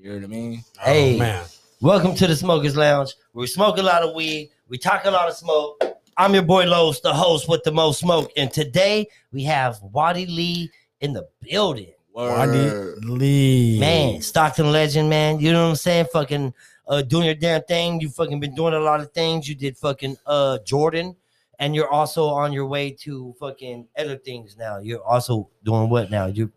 You know what I mean? Hey, Oh, man. welcome to the Smokers Lounge. We smoke a lot of weed. We talk a lot of smoke. I'm your boy Lowe's, the host with the most smoke. And today we have Waddy Lee in the building. Oh, Word. Oh, Waddy Lee. Man, Stockton legend, man. You know what I'm saying? Fucking uh, doing your damn thing. You fucking been doing a lot of things. You did fucking uh Jordan. And you're also on your way to fucking other things now. You're also doing what now? You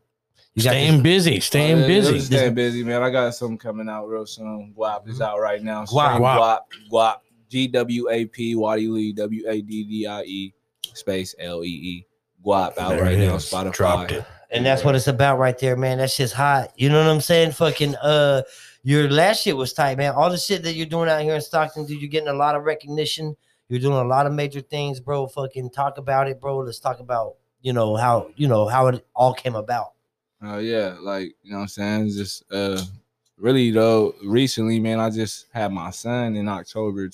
you got Staying busy. Staying Oh, Yeah, busy. I'm Staying busy, man. I got something coming out real soon. Guap is out right now. Guap. Stream Guap. Guap. G W A P Waddy Lee. E W A D D I E space L E E. Guap out There right it now. is. Spotify. Dropped it. And that's what it's about right there, man. That shit's hot. You know what I'm saying? Fucking uh your last shit was tight, man. All the shit that you're doing out here in Stockton, dude, you're getting a lot of recognition. You're doing a lot of major things, bro. Fucking talk about it, bro. Let's talk about, you know, how you know how it all came about. Oh yeah, like you know what I'm saying? It's just uh really though, recently, man, I just had my son in October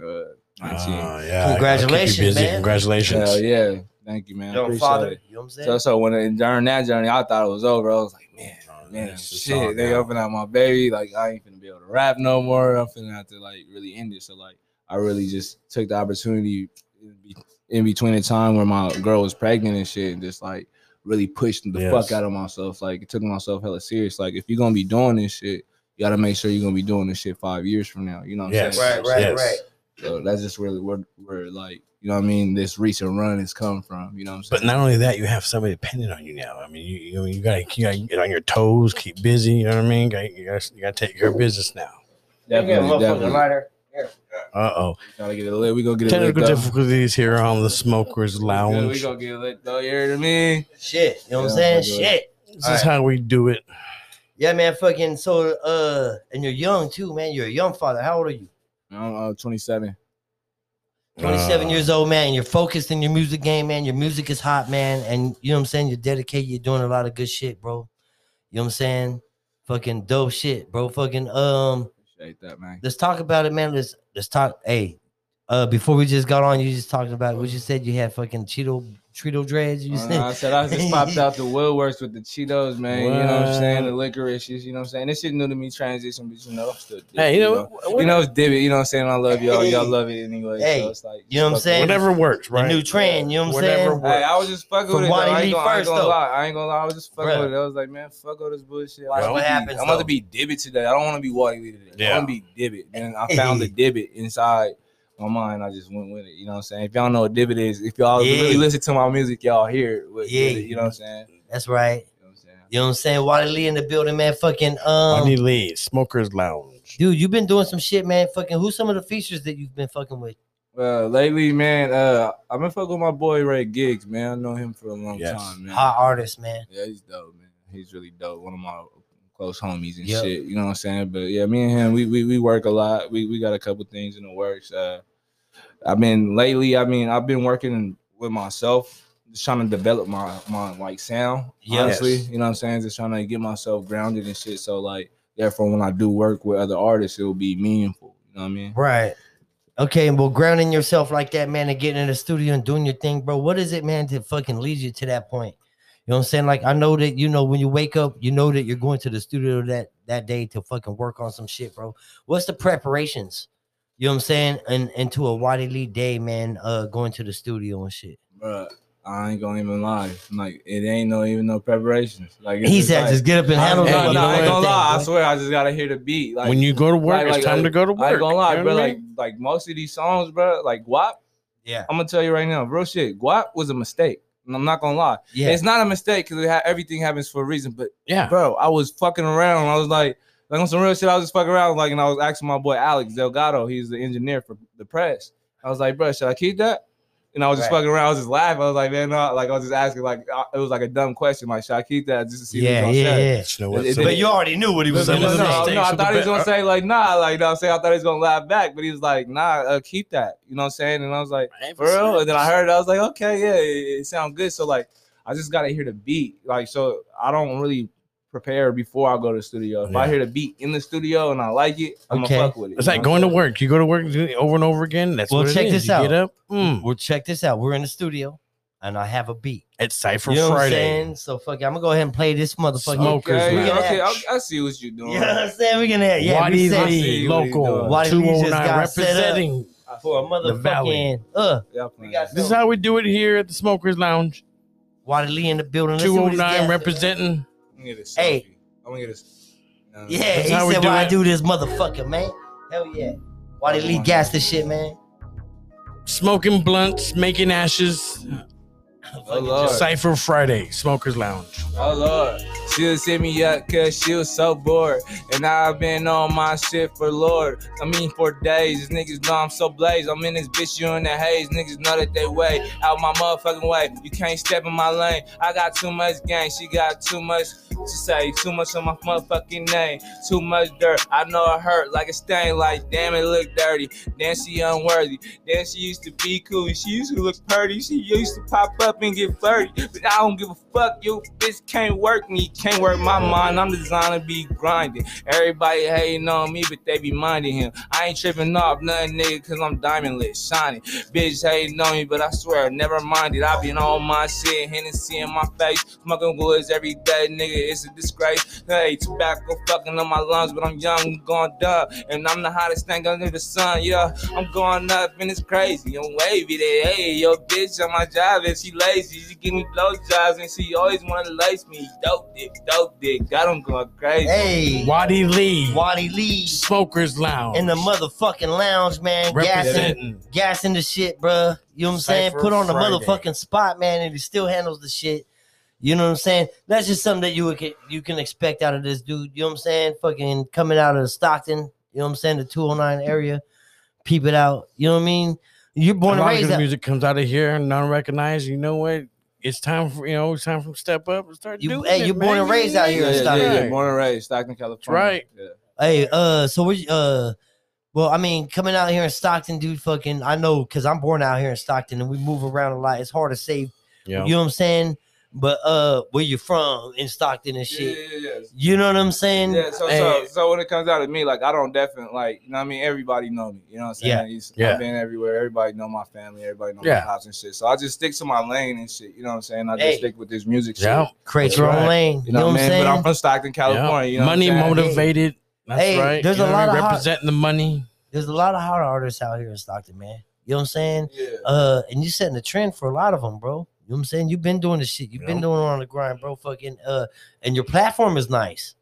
2019. Ah, yeah. Congratulations, Keep you busy. man. Congratulations. Hell yeah. Thank you, man. Your Appreciate father, it. you know what I'm saying? So, so when it, during that journey, I thought it was over. I was like, man, Oh, man, it's just all shit. They gone. open up my baby. Like I ain't finna be able to rap no more. I'm finna have to like really end it. So like I really just took the opportunity in be- in between the time where my girl was pregnant and shit, and just like really pushed the Yes. fuck out of myself. Like it took myself hella serious. Like if you're gonna be doing this shit, you gotta make sure you're gonna be doing this shit five years from now. You know what I'm Yes. saying? Right, right, Yes. right. So that's just really where where like you know what I mean. This recent run is come from. You know what I'm saying? But not only that, you have somebody dependent on you now. I mean, you you, you gotta, you gotta get on your toes, keep busy. You know what I mean? You gotta, you gotta, you gotta take care of business now. you get a motherfucking lighter. Here. Uh oh. Gotta get it lit. We gonna get it lit. Technical Though. difficulties here on the Smokers Yeah, Lounge. we gonna get it lit though. You heard what I mean? Shit. You know what I'm Yeah, saying? we're good. Shit. This is how we do it. Yeah, man, fucking so uh and you're young too, man. You're a young father. How old are you? I'm uh, 27. 27 Uh, years old, man. and You're focused in your music game, man. Your music is hot, man. And you know what I'm saying? You're dedicated. You're doing a lot of good shit, bro. You know what I'm saying? Fucking dope shit, bro. Fucking um, Appreciate that, man. let's talk about it, man. Let's let's talk. Hey, uh, before we just got on, you just talked about what you said. You had fucking Cheeto Cheeto dreads. You Uh, said I said I just popped out the woodworks with the Cheetos, man. You know what I'm saying? The licorices, you know what I'm saying? This shit new to me transition, but you know, I'm still dipping, Hey, you know, what- You know, it's divot, you know what I'm saying? I love y'all. Y'all love it anyway. Hey, so it's like, you know what I'm fuck saying? with it. whatever works, the right? new trend. You know what I'm Whatever saying? works. Hey, I was just fucking From with it. Though. I Wadi Lee ain't gonna, I ain't first, gonna though. lie. I ain't gonna lie. I was just fucking Bruh. with it. I was like, man, fuck all this bullshit. Watch I'm what gonna be- happens, I'm about though. to be divot today. I don't want to be Wadi Lee today. Yeah. I want to be divot. And I found the divot inside my mind. I just went with it. You know what I'm saying? If y'all know what divot is, if y'all Yeah. really listen to my music, y'all hear it. With, Yeah. with it, you know what I'm saying? That's right. You know what I'm saying? You know what I'm saying? Wally Lee in the building, man. Fucking um, Honey Lee, Smokers Lounge. dude, you've been doing some shit, man. Fucking who's some of the features that you've been fucking with? Uh, lately, man, uh, I've been fucking with my boy Ray Giggs, man. I know him for a long Yes. time, man. Hot artists, man. Yeah, he's dope, man. He's really dope. One of my close homies and Yep. shit. You know what I'm saying? But yeah, me and him, we we, we work a lot. We we got a couple things in the works. Uh, I've been lately. I mean, I've been working with myself, just trying to develop my my like sound. Yes. Honestly, you know what I'm saying? Just trying to get myself grounded and shit. So like, therefore, when I do work with other artists, it will be meaningful. You know what I mean? Right. Okay, well, grounding yourself like that, man, and getting in the studio and doing your thing, bro. What is it, man, that fucking leads you to that point? You know what I'm saying? Like, I know that you know when you wake up, you know that you're going to the studio that that day to fucking work on some shit, bro. What's the preparations? You know what I'm saying? And into a Waddy Lee day, man, uh going to the studio and shit. Bruh, I ain't gonna even lie. Like, it ain't no even no preparations. Like it's He just said, like- just get up and I, handle ain't know, it. gonna- you know I ain't what? gonna lie. I Everything, swear, I just gotta hear the beat. Like when you go to work, like- like, it's time I- to go to work. I ain't gonna You lie, know bro. what I Like, mean? like most of these songs, bro. Like WAP, Yeah. I'm gonna tell you right now, real shit. WAP was a mistake, and I'm not gonna lie. Yeah. It's not a mistake because ha- everything happens for a reason. But yeah. bro, I was fucking around. I was like, like on some real shit. I was just fucking around, like, and I was asking my boy Alex Delgado. He's the engineer for the press. I was like, bro, should I keep that? And I was just Right. fucking around. I was just laughing. I was like, man, no. Like I was just asking, like I- it was like a dumb question. Like, should I keep that just to see yeah, what he's gonna yeah, say? But you yeah. know what? It- it- Some- But you already knew what he was No, Some going to no, of the say. no, I mistakes thought he was with gonna the- uh, say like nah, like you know what I'm saying I thought he was gonna laugh back, but he was like nah, uh, keep that, you know what I'm saying? And I was like for real. And then I heard it, I was like okay, yeah, it, it sounds good. So like I just gotta hear the beat, like so I don't really prepare before I go to the studio. If I Yeah. hear the beat in the studio and I like it, I'm Okay. gonna fuck with it. It's you like know what going I'm to saying? work. You go to work and do it over and over again. That's Well, what it check is. this You out. Get up. Mm. Well, check this out. We're in the studio. and I have a beat. It's Cypher You know what I'm Friday. saying? So fuck it. I'm gonna go ahead and play this motherfucker. Smoke. Smokers, okay, man. okay, I, I see what you're doing. You know what I'm saying? We're gonna have yeah, we Wadi I said see Lee, what he doing. local Wadi Lee just 209 got set up. representing. I for a feel The valley. motherfucking uh yeah, we got This is how we do it here at the Smokers Lounge. Wadi Lee in the building. Let's see what he's 209 got. representing. I'm gonna get a selfie. Hey. I'm gonna get this. Uh, Yeah, That's he how we said do why I it. do this motherfucker, man. Hell yeah. Wadi Lee gas this shit, man. Smoking blunts, making ashes. Oh lord. Cypher Friday, Smokers Lounge. Oh lord, she'll send me up cause she was so bored. And I've been on my shit for Lord. I mean for days. Niggas know I'm so blazed. I'm in this bitch, you in the haze. Niggas know that they way. Out my motherfucking way. You can't step in my lane. I got too much gang. She got too much to say. Too much on my motherfucking name. Too much dirt. I know it hurt like a stain. Like damn it look dirty. Then she unworthy. Then she used to be cool. She used to look pretty. She used to pop up and get flirty. But I don't give a fuck. You bitch can't work me. Can't work my mind. I'm designed to be grinding. Everybody hating on me, but they be minding him. I ain't tripping off nothing, nigga, cause I'm diamond lit, shining. Bitch hating on me, but I swear, never mind it. I been on my shit, Hennessy in my face. Smoking woods every day, nigga, it's a disgrace. Hey, tobacco fucking on my lungs, but I'm young, I'm going dumb. And I'm the hottest thing under the sun, yeah. I'm going up and it's crazy. I'm wavy there. Hey, yo, bitch on my job and she lazy. She give me blowjobs and she always wanna lace me. Dope dick, dope dick. Got him going crazy. Hey, Wadi Lee, Wadi Lee Smokers Lounge. in the motherfucking lounge, man. Gassing, representing. gassing the shit, bruh. You know what I'm saying? Cypher Put on the Friday. motherfucking spot, man, and he still handles the shit. You know what I'm saying? That's just something that you would, you can expect out of this dude. You know what I'm saying? Fucking coming out of Stockton. You know what I'm saying? The 209 area. Peep it out. You know what I mean? You're born When and raised. the out- music comes out of here, non-recognized. You know what? It's time for you know. It's time for step up and start You- doing. hey, it, you're man. born and raised out here Yeah, in yeah, Stockton. yeah, yeah. Right. Born and raised, Stockton, California. right. Yeah. Hey, uh, so we uh, well, I mean, coming out here in Stockton, dude, fucking, I know because I'm born out here in Stockton and we move around a lot. It's hard to say, Yeah. you know what I'm saying? But uh, where you from in Stockton and Yeah, shit, yeah, yeah. you know what I'm saying? Yeah, so, so Hey. so when it comes out to me, like I don't definitely like you know what I mean everybody know me. You know what I'm Yeah, saying? It's- yeah. I've been everywhere, everybody know my family, everybody know Yeah. my house and shit. So I just stick to my lane and shit. You know what I'm saying? I just Hey. stick with this music shit. Yeah. Create That's your own right. lane, You know, what what I I'm mean? saying? But I'm from Stockton, California. You know money what I'm saying? motivated. That's Hey, right. there's You a know what I lot mean? of hot- representing the money. There's a lot of hot artists out here in Stockton, man. You know what I'm saying? Yeah. Uh, and you setting the trend for a lot of them, bro. You know what I'm saying? You've been doing the shit. You've been Yeah. doing it on the grind, bro. Fucking uh, and your platform is nice.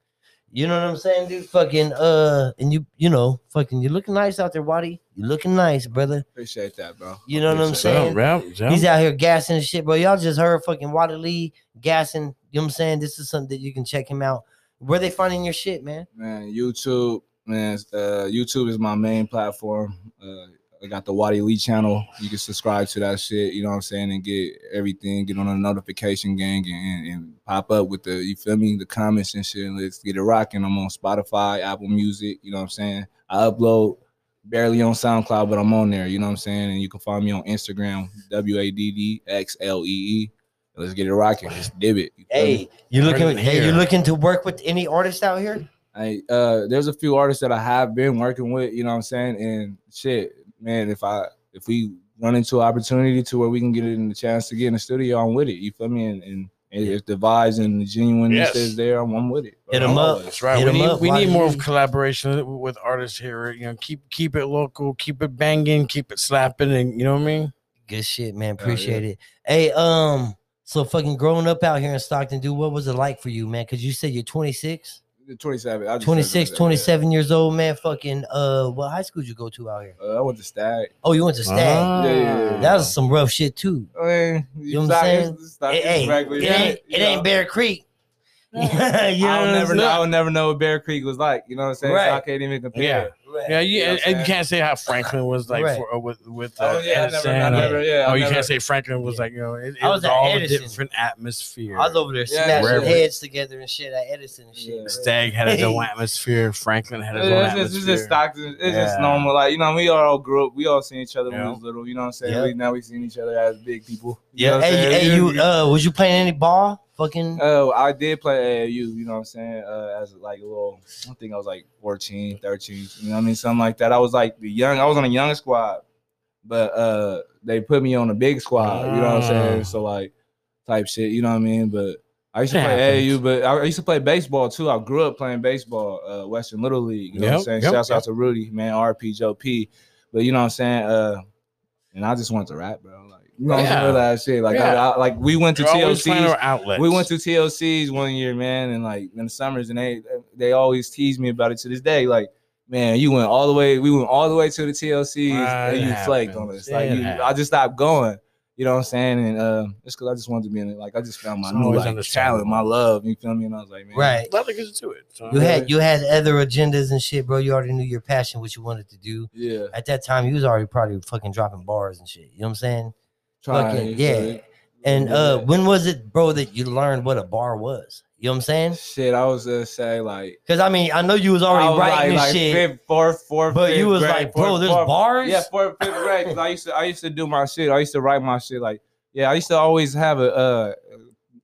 You know what I'm saying, dude? Fucking uh, and you you know, fucking, you're looking nice out there, Waddy. You're looking nice, brother. Appreciate that, bro. You know what I'm Appreciate saying? rap, yeah. He's out here gassing and shit, bro. Y'all just heard fucking Waddy Lee gassing. You know what I'm saying? This is something that you can check him out. Where they finding your shit, man? Man, YouTube, man, uh, YouTube is my main platform. Uh, I got the Wadi Lee channel. You can subscribe to that shit. You know what I'm saying, and get everything. Get on the notification gang and, and, and pop up with the you feel me the comments and shit. And let's get it rocking. I'm on Spotify, Apple Music. You know what I'm saying. I upload barely on SoundCloud, but I'm on there. You know what I'm saying. And you can find me on Instagram, W A D D X L E E. Let's get it rocking. Let's dib it. You feel me? Hey, you looking? Right Hey, you here. looking to work with any artist out here? I uh there's a few artists that I have been working with, you know what I'm saying? And shit, man, if I if we run into an opportunity to where we can get it in the chance to get in the studio, I'm with it. You feel me? And and, and if the vibes and the genuineness Yes. is there, I'm, I'm with it. Hit 'em I'm up. always- That's right. Hit We 'em need, up, we Wadi need more Lee. of collaboration with artists here. You know, keep keep it local, keep it banging, keep it slapping, and you know what I mean. Good shit, man. yeah. Appreciate it. Hey, um, so fucking growing up out here in Stockton, dude, what was it like for you, man? Because you said you're 26, 27. I just 26, said that, 27 years old, man. Fucking, uh, what high school did you go to out here? yeah. Uh, I went to Stag. Oh, you went to Stag. Ah. Yeah, yeah, yeah. That was some rough shit too. I mean, You know what I'm saying? Stag, it ain't, it ain't, it ain't Bear Creek. you know I'll what I'm never, know, saying? I'll never know what Bear Creek was like. You know what I'm saying? So I Right. can't even compare. Yeah. it. Right. Yeah, you, You know and, what I'm and you saying? can't say how Franklin was like Right. for, uh, with with uh, Oh yeah, I never, I Edison or- never, yeah. oh, I you never- can't say Franklin was like you know. It, it I was was, at all a Edison. different atmosphere. I was over there Yeah. smashing Wherever. heads together and shit at Edison and shit. Yeah. Stag had his Hey. own atmosphere. Franklin had his own It's just, atmosphere. it's just Stockton. It's just Yeah. normal. Like you know, we all grew up. We all seen each other when Yeah. we was little. You know what I'm saying? Yeah. We, now we seen each other as big people. You know Yeah. what I'm Hey, saying? hey, you, uh, was you playing any ball? Mm-hmm. Fucking. Oh, I did play AAU, you know what I'm saying? Uh, as like a little, I think I was like 14, 13, you know what I mean? Something like that. I was like the young, I was on a young squad. but uh they put me on a big squad. You know what I'm saying? Ah. So like type shit. You know what I mean? But I used to It play AAU, happens. but I used to play baseball too. I grew up playing baseball, uh, Western Little League. You know what I'm Yep, saying? yep, Shouts out yep. to Rudy, man, RP Joe P. But you know what I'm saying? Uh, and I just wanted to rap, bro. Like you know, Yeah. yeah. that shit. Like I, Yeah. I, like we went to You're always finding TLC's. outlets. We went to TLC's one year, man, and like in the summers, and they they always tease me about it to this day. Like, man, you went all the way. We went all the way to the TLC's, Ah, and it you flaked on happens. us. Like, It you, I happens. just stopped going. You know what I'm saying? And uh, it's because I just wanted to be in it. Like, I just found my It's new always like, talent, understandable. my love. You feel me? And I was like, man, Right. A lot of kids do it. So. You had you had other agendas and shit, bro. You already knew your passion, what you wanted to do. Yeah, At that time, you was already probably fucking dropping bars and shit. You know what I'm saying? trying. Fucking- you yeah. feel me? And uh, Yeah. when was it, bro, that you learned what a bar was? You know what I'm saying? shit, I was just say like. Because I mean, I know you was already I was writing this like, like shit, fifth, fourth, fourth, but you fifth was grade, like, bro, fourth, there's fourth, bars. Yeah, fourth, fifth grade. 'cause I used to, I used to do my shit. I used to write my shit. Like, yeah, I used to always have a, uh,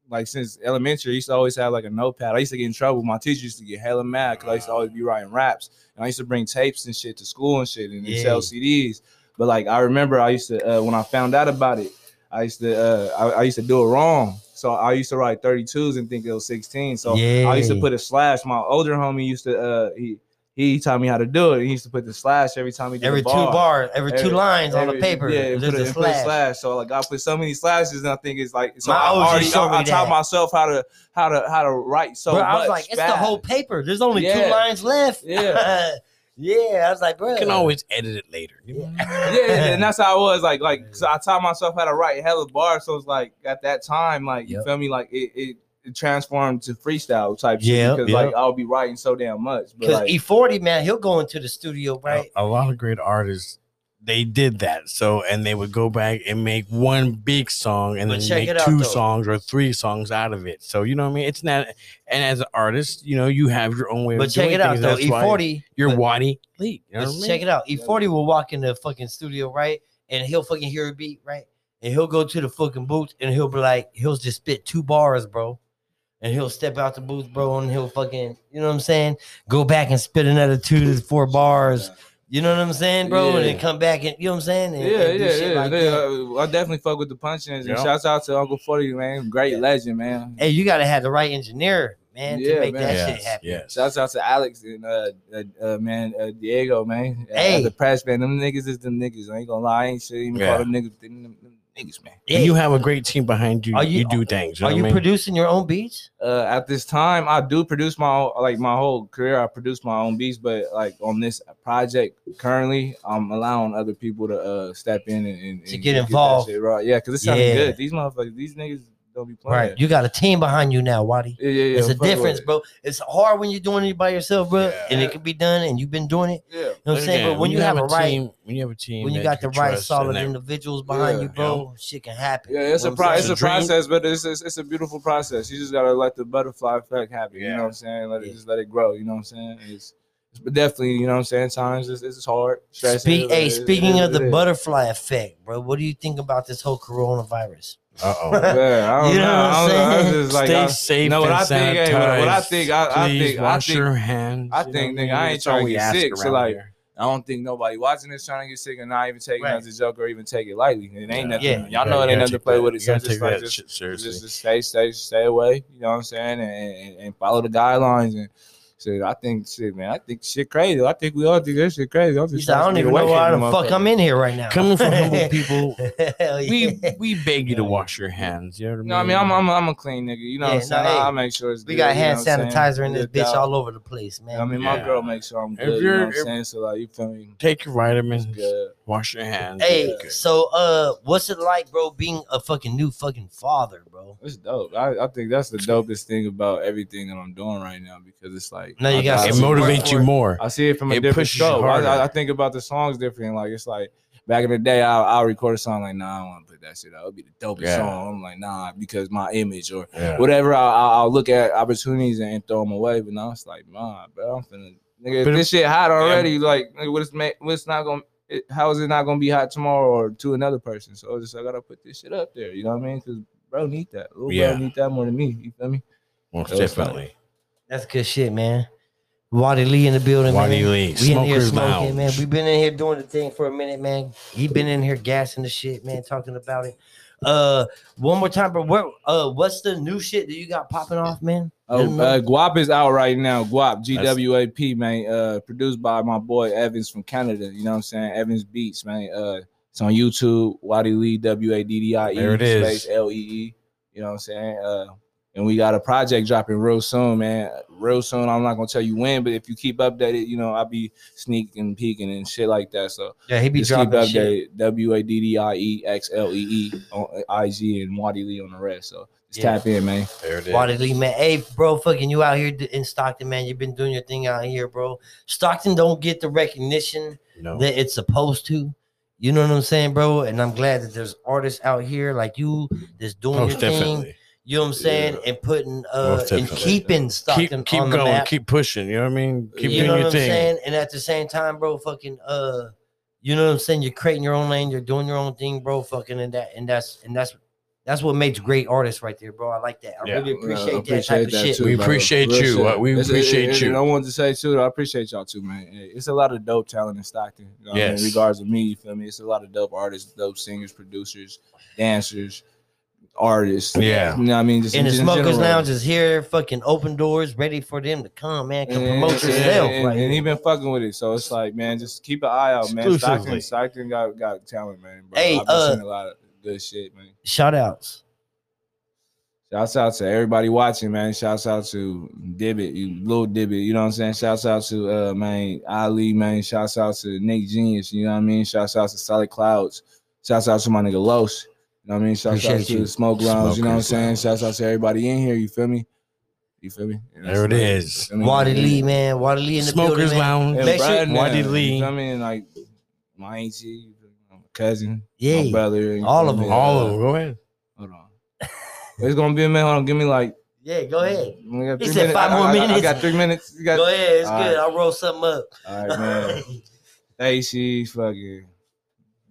like since elementary, I used to always have like a notepad. I used to get in trouble. My teacher used to get hella mad because I used to always be writing raps, and I used to bring tapes and shit to school and shit, and Yeah. sell CDs. But like, I remember I used to uh, when I found out about it, I used to, uh, I, I used to do it wrong. So I used to write 32s and think it was 16. So I used to Yeah. put a slash. My older homie used to uh he he taught me how to do it. He used to put the slash every time he did every a bar. two bars, every, two Every- lines on Every- the paper. Yeah, there's put a, a and put a slash. slash. So like I put so many slashes, and I think it's like so My I OG already showed me I, I taught that. myself how to how to how to write. So bro, I was much like, it's the fast. whole paper. There's only Yeah. two lines left. Yeah. yeah. I was like, bro, You can always edit it later. yeah, yeah, and that's how I was like, like so I taught myself how to write hella bars. So it's like at that time, like you Yep. feel me, like it, it, it transformed to freestyle type shit Yep, because yep. like I'll be writing so damn much. But because like, E40 E man, he'll go into the studio, right? A, a lot of great artists, they did that. So, and they would go back and make one big song and But then check make it out, two though. songs or three songs out of it. So, you know what I mean? It's not, and as an artist, you know, you have your own way But of check doing it out things. though. E That's why E40, You're but- Waddy Lee. You know but what I mean? check it out. E40 will walk in the fucking studio, right? And he'll fucking hear a beat, right? And he'll go to the fucking booth and he'll be like, he'll just spit two bars, bro. And he'll step out the booth, bro, and he'll fucking, you know what I'm saying? Go back and spit another two to four bars. You know what I'm saying, bro? And then Yeah. come back and you know what I'm saying? Yeah, And, yeah, and do yeah. uh, shit like yeah. that. I definitely fuck with the punchlines. And Yeah. shouts out to Uncle Forty, man. Great Yeah. legend, man. Hey, you gotta have the right engineer, man, Yeah, to make man. that Yeah. shit happen. Yes. Shouts out to Alex and uh, uh, uh man uh, Diego, man. Uh, Hey. the press man. Them niggas is them niggas. I ain't gonna lie. I ain't shit even Yeah. call them niggas. but Them, them, them niggas, man. Yeah. When you have a great team behind you, Are you- you, do things. You Are know you what I mean? producing your own beats? Uh, at this time, I do produce my own, like my whole career. I produce my own beats, but like on this project currently, I'm allowing other people to uh step in and, and To and get that involved. shit right. Yeah, because it sounded Yeah. good. These motherfuckers, these niggas don't be playing. Right. You got a team behind you now, Waddy. Yeah, yeah, yeah. It's a fuck with difference, it. bro. It's hard when you're doing it by yourself, bro, Yeah. and it can be done, and you've been doing it. Yeah. You know what I'm But saying? again, But when you have a right, team, when you have a team, when you that got the can right trust solid and that- individuals behind Yeah. you, bro, shit can happen. Yeah, it's a You know pro- what I'm it's a saying? It's a dream. process, but it's, it's it's a beautiful process. You just gotta let the butterfly effect happen. You Yeah. know what I'm saying? Let Yeah. it just let it grow. You know what I'm saying? It's, it's but definitely you know what I'm saying. Times it's, it's hard. Stress Speak, is- hey, is- speaking is- of the is- butterfly effect, bro, what do you think about this whole coronavirus? Uh-oh. Yeah, I don't You know. know I don't what I'm know. I saying? just like Stay I, safe. you know what and I think, hey, what- what I think, I- I sanitized. Please think- I wash think- your hands. I you know think, what nigga, I mean? ain't That's all tryna we get ask sick, so, around like, here. I don't think nobody watching this trying to get sick and not even taking Right. it as a joke or even take it lightly. It ain't Yeah. nothing. Y'all know Yeah. You it gotta ain't nothing to take play that- with. You It's gotta just take like that just, shit just, seriously. just stay, stay, stay away. You know what I'm saying, and and, and follow the guidelines and. Shit, I think shit, man. I think shit crazy. I think we all think that shit crazy. I'm He just said, I trying don't to get even away know from why the them fuck I'm in here right now. Coming from humble people, Hell we yeah. we beg you to wash your hands. You know what I mean? No, I mean I'm I'm, I'm a clean nigga. You know what Yeah, I'm saying? no, hey, I, I make sure it's We good, got you hand know what I'm saying? sanitizer in this Good bitch dog. all over the place, man. I mean, my Yeah. girl makes sure I'm If good. You know you're- what I'm if- saying? So like, you feel me? take your vitamins, Good. wash your hands. Hey, you're good. so uh, what's it like, bro, being a fucking new fucking father, bro? It's dope. I, I think that's the dopest thing about everything that I'm doing right now because it's like Now you I- got I, it some work motivates you for it. more. I see it from a It different pushes you scope. I, I, harder. I think about the songs different. Like it's like back in the day, I I'll record a song like nah, I don't want to put that shit out. It'd be the dopest Yeah. song. I'm like nah because my image or Yeah. whatever. I, I, I'll look at opportunities and, and throw them away. But now it's like nah, bro, I'm finna nigga. if But- this shit hot already. Like nigga, what's ma- what's not gonna it, how is it not gonna be hot tomorrow or to another person? So it's just I gotta put this shit up there. You know what I mean? Because bro need that. Little Yeah. bro need that more than me. You feel me? Most That was definitely. That's good shit, man. Waddy Lee in the building. Waddy man. Lee, We in here Smoker's smoking, man. Lounge. We've been in here doing the thing for a minute, man. He been in here gassing the shit, man, talking about it. Uh, one more time, bro. Where, uh, what's the new shit that you got popping off, man? Let 'em Oh, know. uh, Guap is out right now. Guap, G W A P, man. Uh, produced by my boy Evans from Canada. You know what I'm saying? Evans Beats, man. Uh, it's on YouTube. Waddy Lee, W A D D I E. There it is. Space L E E. You know what I'm saying? Uh, and we got a project dropping real soon, man. Real soon. I'm not gonna tell you when, but if you keep updated, you know I'll be sneaking, peeking, and shit like that. So yeah, he be just keep dropping shit. updated. W A D D I E X L E E on IG and Waddy Lee on the rest. So just Yeah. tap in, man. There it is. Waddy Lee, man. Hey, bro, fucking you out here in Stockton, man. You've been doing your thing out here, bro. Stockton don't get the recognition No. that it's supposed to. You know what I'm saying, bro? And I'm glad that there's artists out here like you that's doing Most your thing. Oh, definitely. You know what I'm saying? Yeah. And putting uh Most and definitely. keeping Keep, Stockton keep on going. the map. Keep pushing. You know what I mean? Keep you know doing what your I'm thing. saying? And at the same time, bro, fucking uh you know what I'm saying? You're creating your own lane, you're doing your own thing, bro. Fucking and that and that's and that's that's what makes great artists right there, bro. I like that. I Yeah. really appreciate Yeah, I that type of shit. too, We bro. appreciate Real you. shit. Uh, we appreciate and- you. And I wanted to say too, I appreciate y'all too, man. Hey, It's a lot of dope talent in Stockton. You know what I mean? Yes. regards of me, you feel me? It's a lot of dope artists, dope singers, producers, dancers, artists. Yeah. you know what I mean. Just And the in, in smokers general. lounge is here, fucking open doors, ready for them to come, man. Come promote and, yourself. and, right and here. he been fucking with it, so it's like, man, just keep an eye out, man. Stockton, Exclusively. Stockton got got talent, man. Bro. Hey, I've been uh, seeing a lot of good shit, man. Shout outs. Shouts out to everybody watching, man. Shouts out to Dibbit, you little Dibbit. You know what I'm saying? Shouts out to uh man Ali, man. Shouts out to Nick Genius, you know what I mean? Shouts out to Solid Clouds. Shouts out to my nigga Los. You know what I mean? Shouts out Appreciate to you. the Smoke Lounge, you know what I'm Smokers saying? Lounge. Shouts out to everybody in here, you feel me? You feel me? And There it that's- is. feel me? Waddy Lee, man. Waddy Lee in the building, Smokers man. Lounge. And Make sure- Brad, Waddy man, Lee. You know what I mean? Like my auntie, you feel me? my cousin, Yeah. my brother. you All feel of me? them. All Uh, of them. Go ahead. Hold on. It's gonna be a minute. Hold on, give me like Yeah, go ahead. We got He three said minutes. five I- more I- I- I minutes. got three minutes. You got- Go ahead. It's All good. right. I'll roll something up. All right, man. Stacy, fucking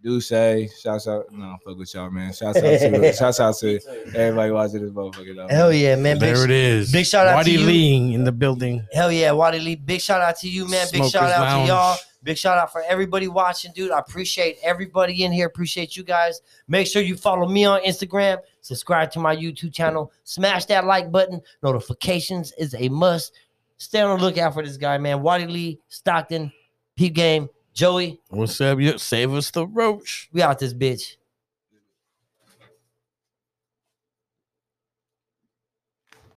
Duce. Shouts out. No, fuck with y'all, man. Shouts out to shouts out to everybody watching this motherfucker though. Hell yeah, man. Big, there it is. big shout out to Waddy you. Lee in the building. hell yeah, Waddy Lee. Big shout out to you, man. Big Smokers shout out Lounge. to y'all. Big shout out for everybody watching, dude. I appreciate everybody in here. Appreciate you guys. Make sure you follow me on Instagram. Subscribe to my YouTube channel. Smash that like button. Notifications is a must. Stay on the lookout for this guy, man. Waddy Lee, Stockton, P Game, Joey. What's up? You save us the roach. We out this bitch.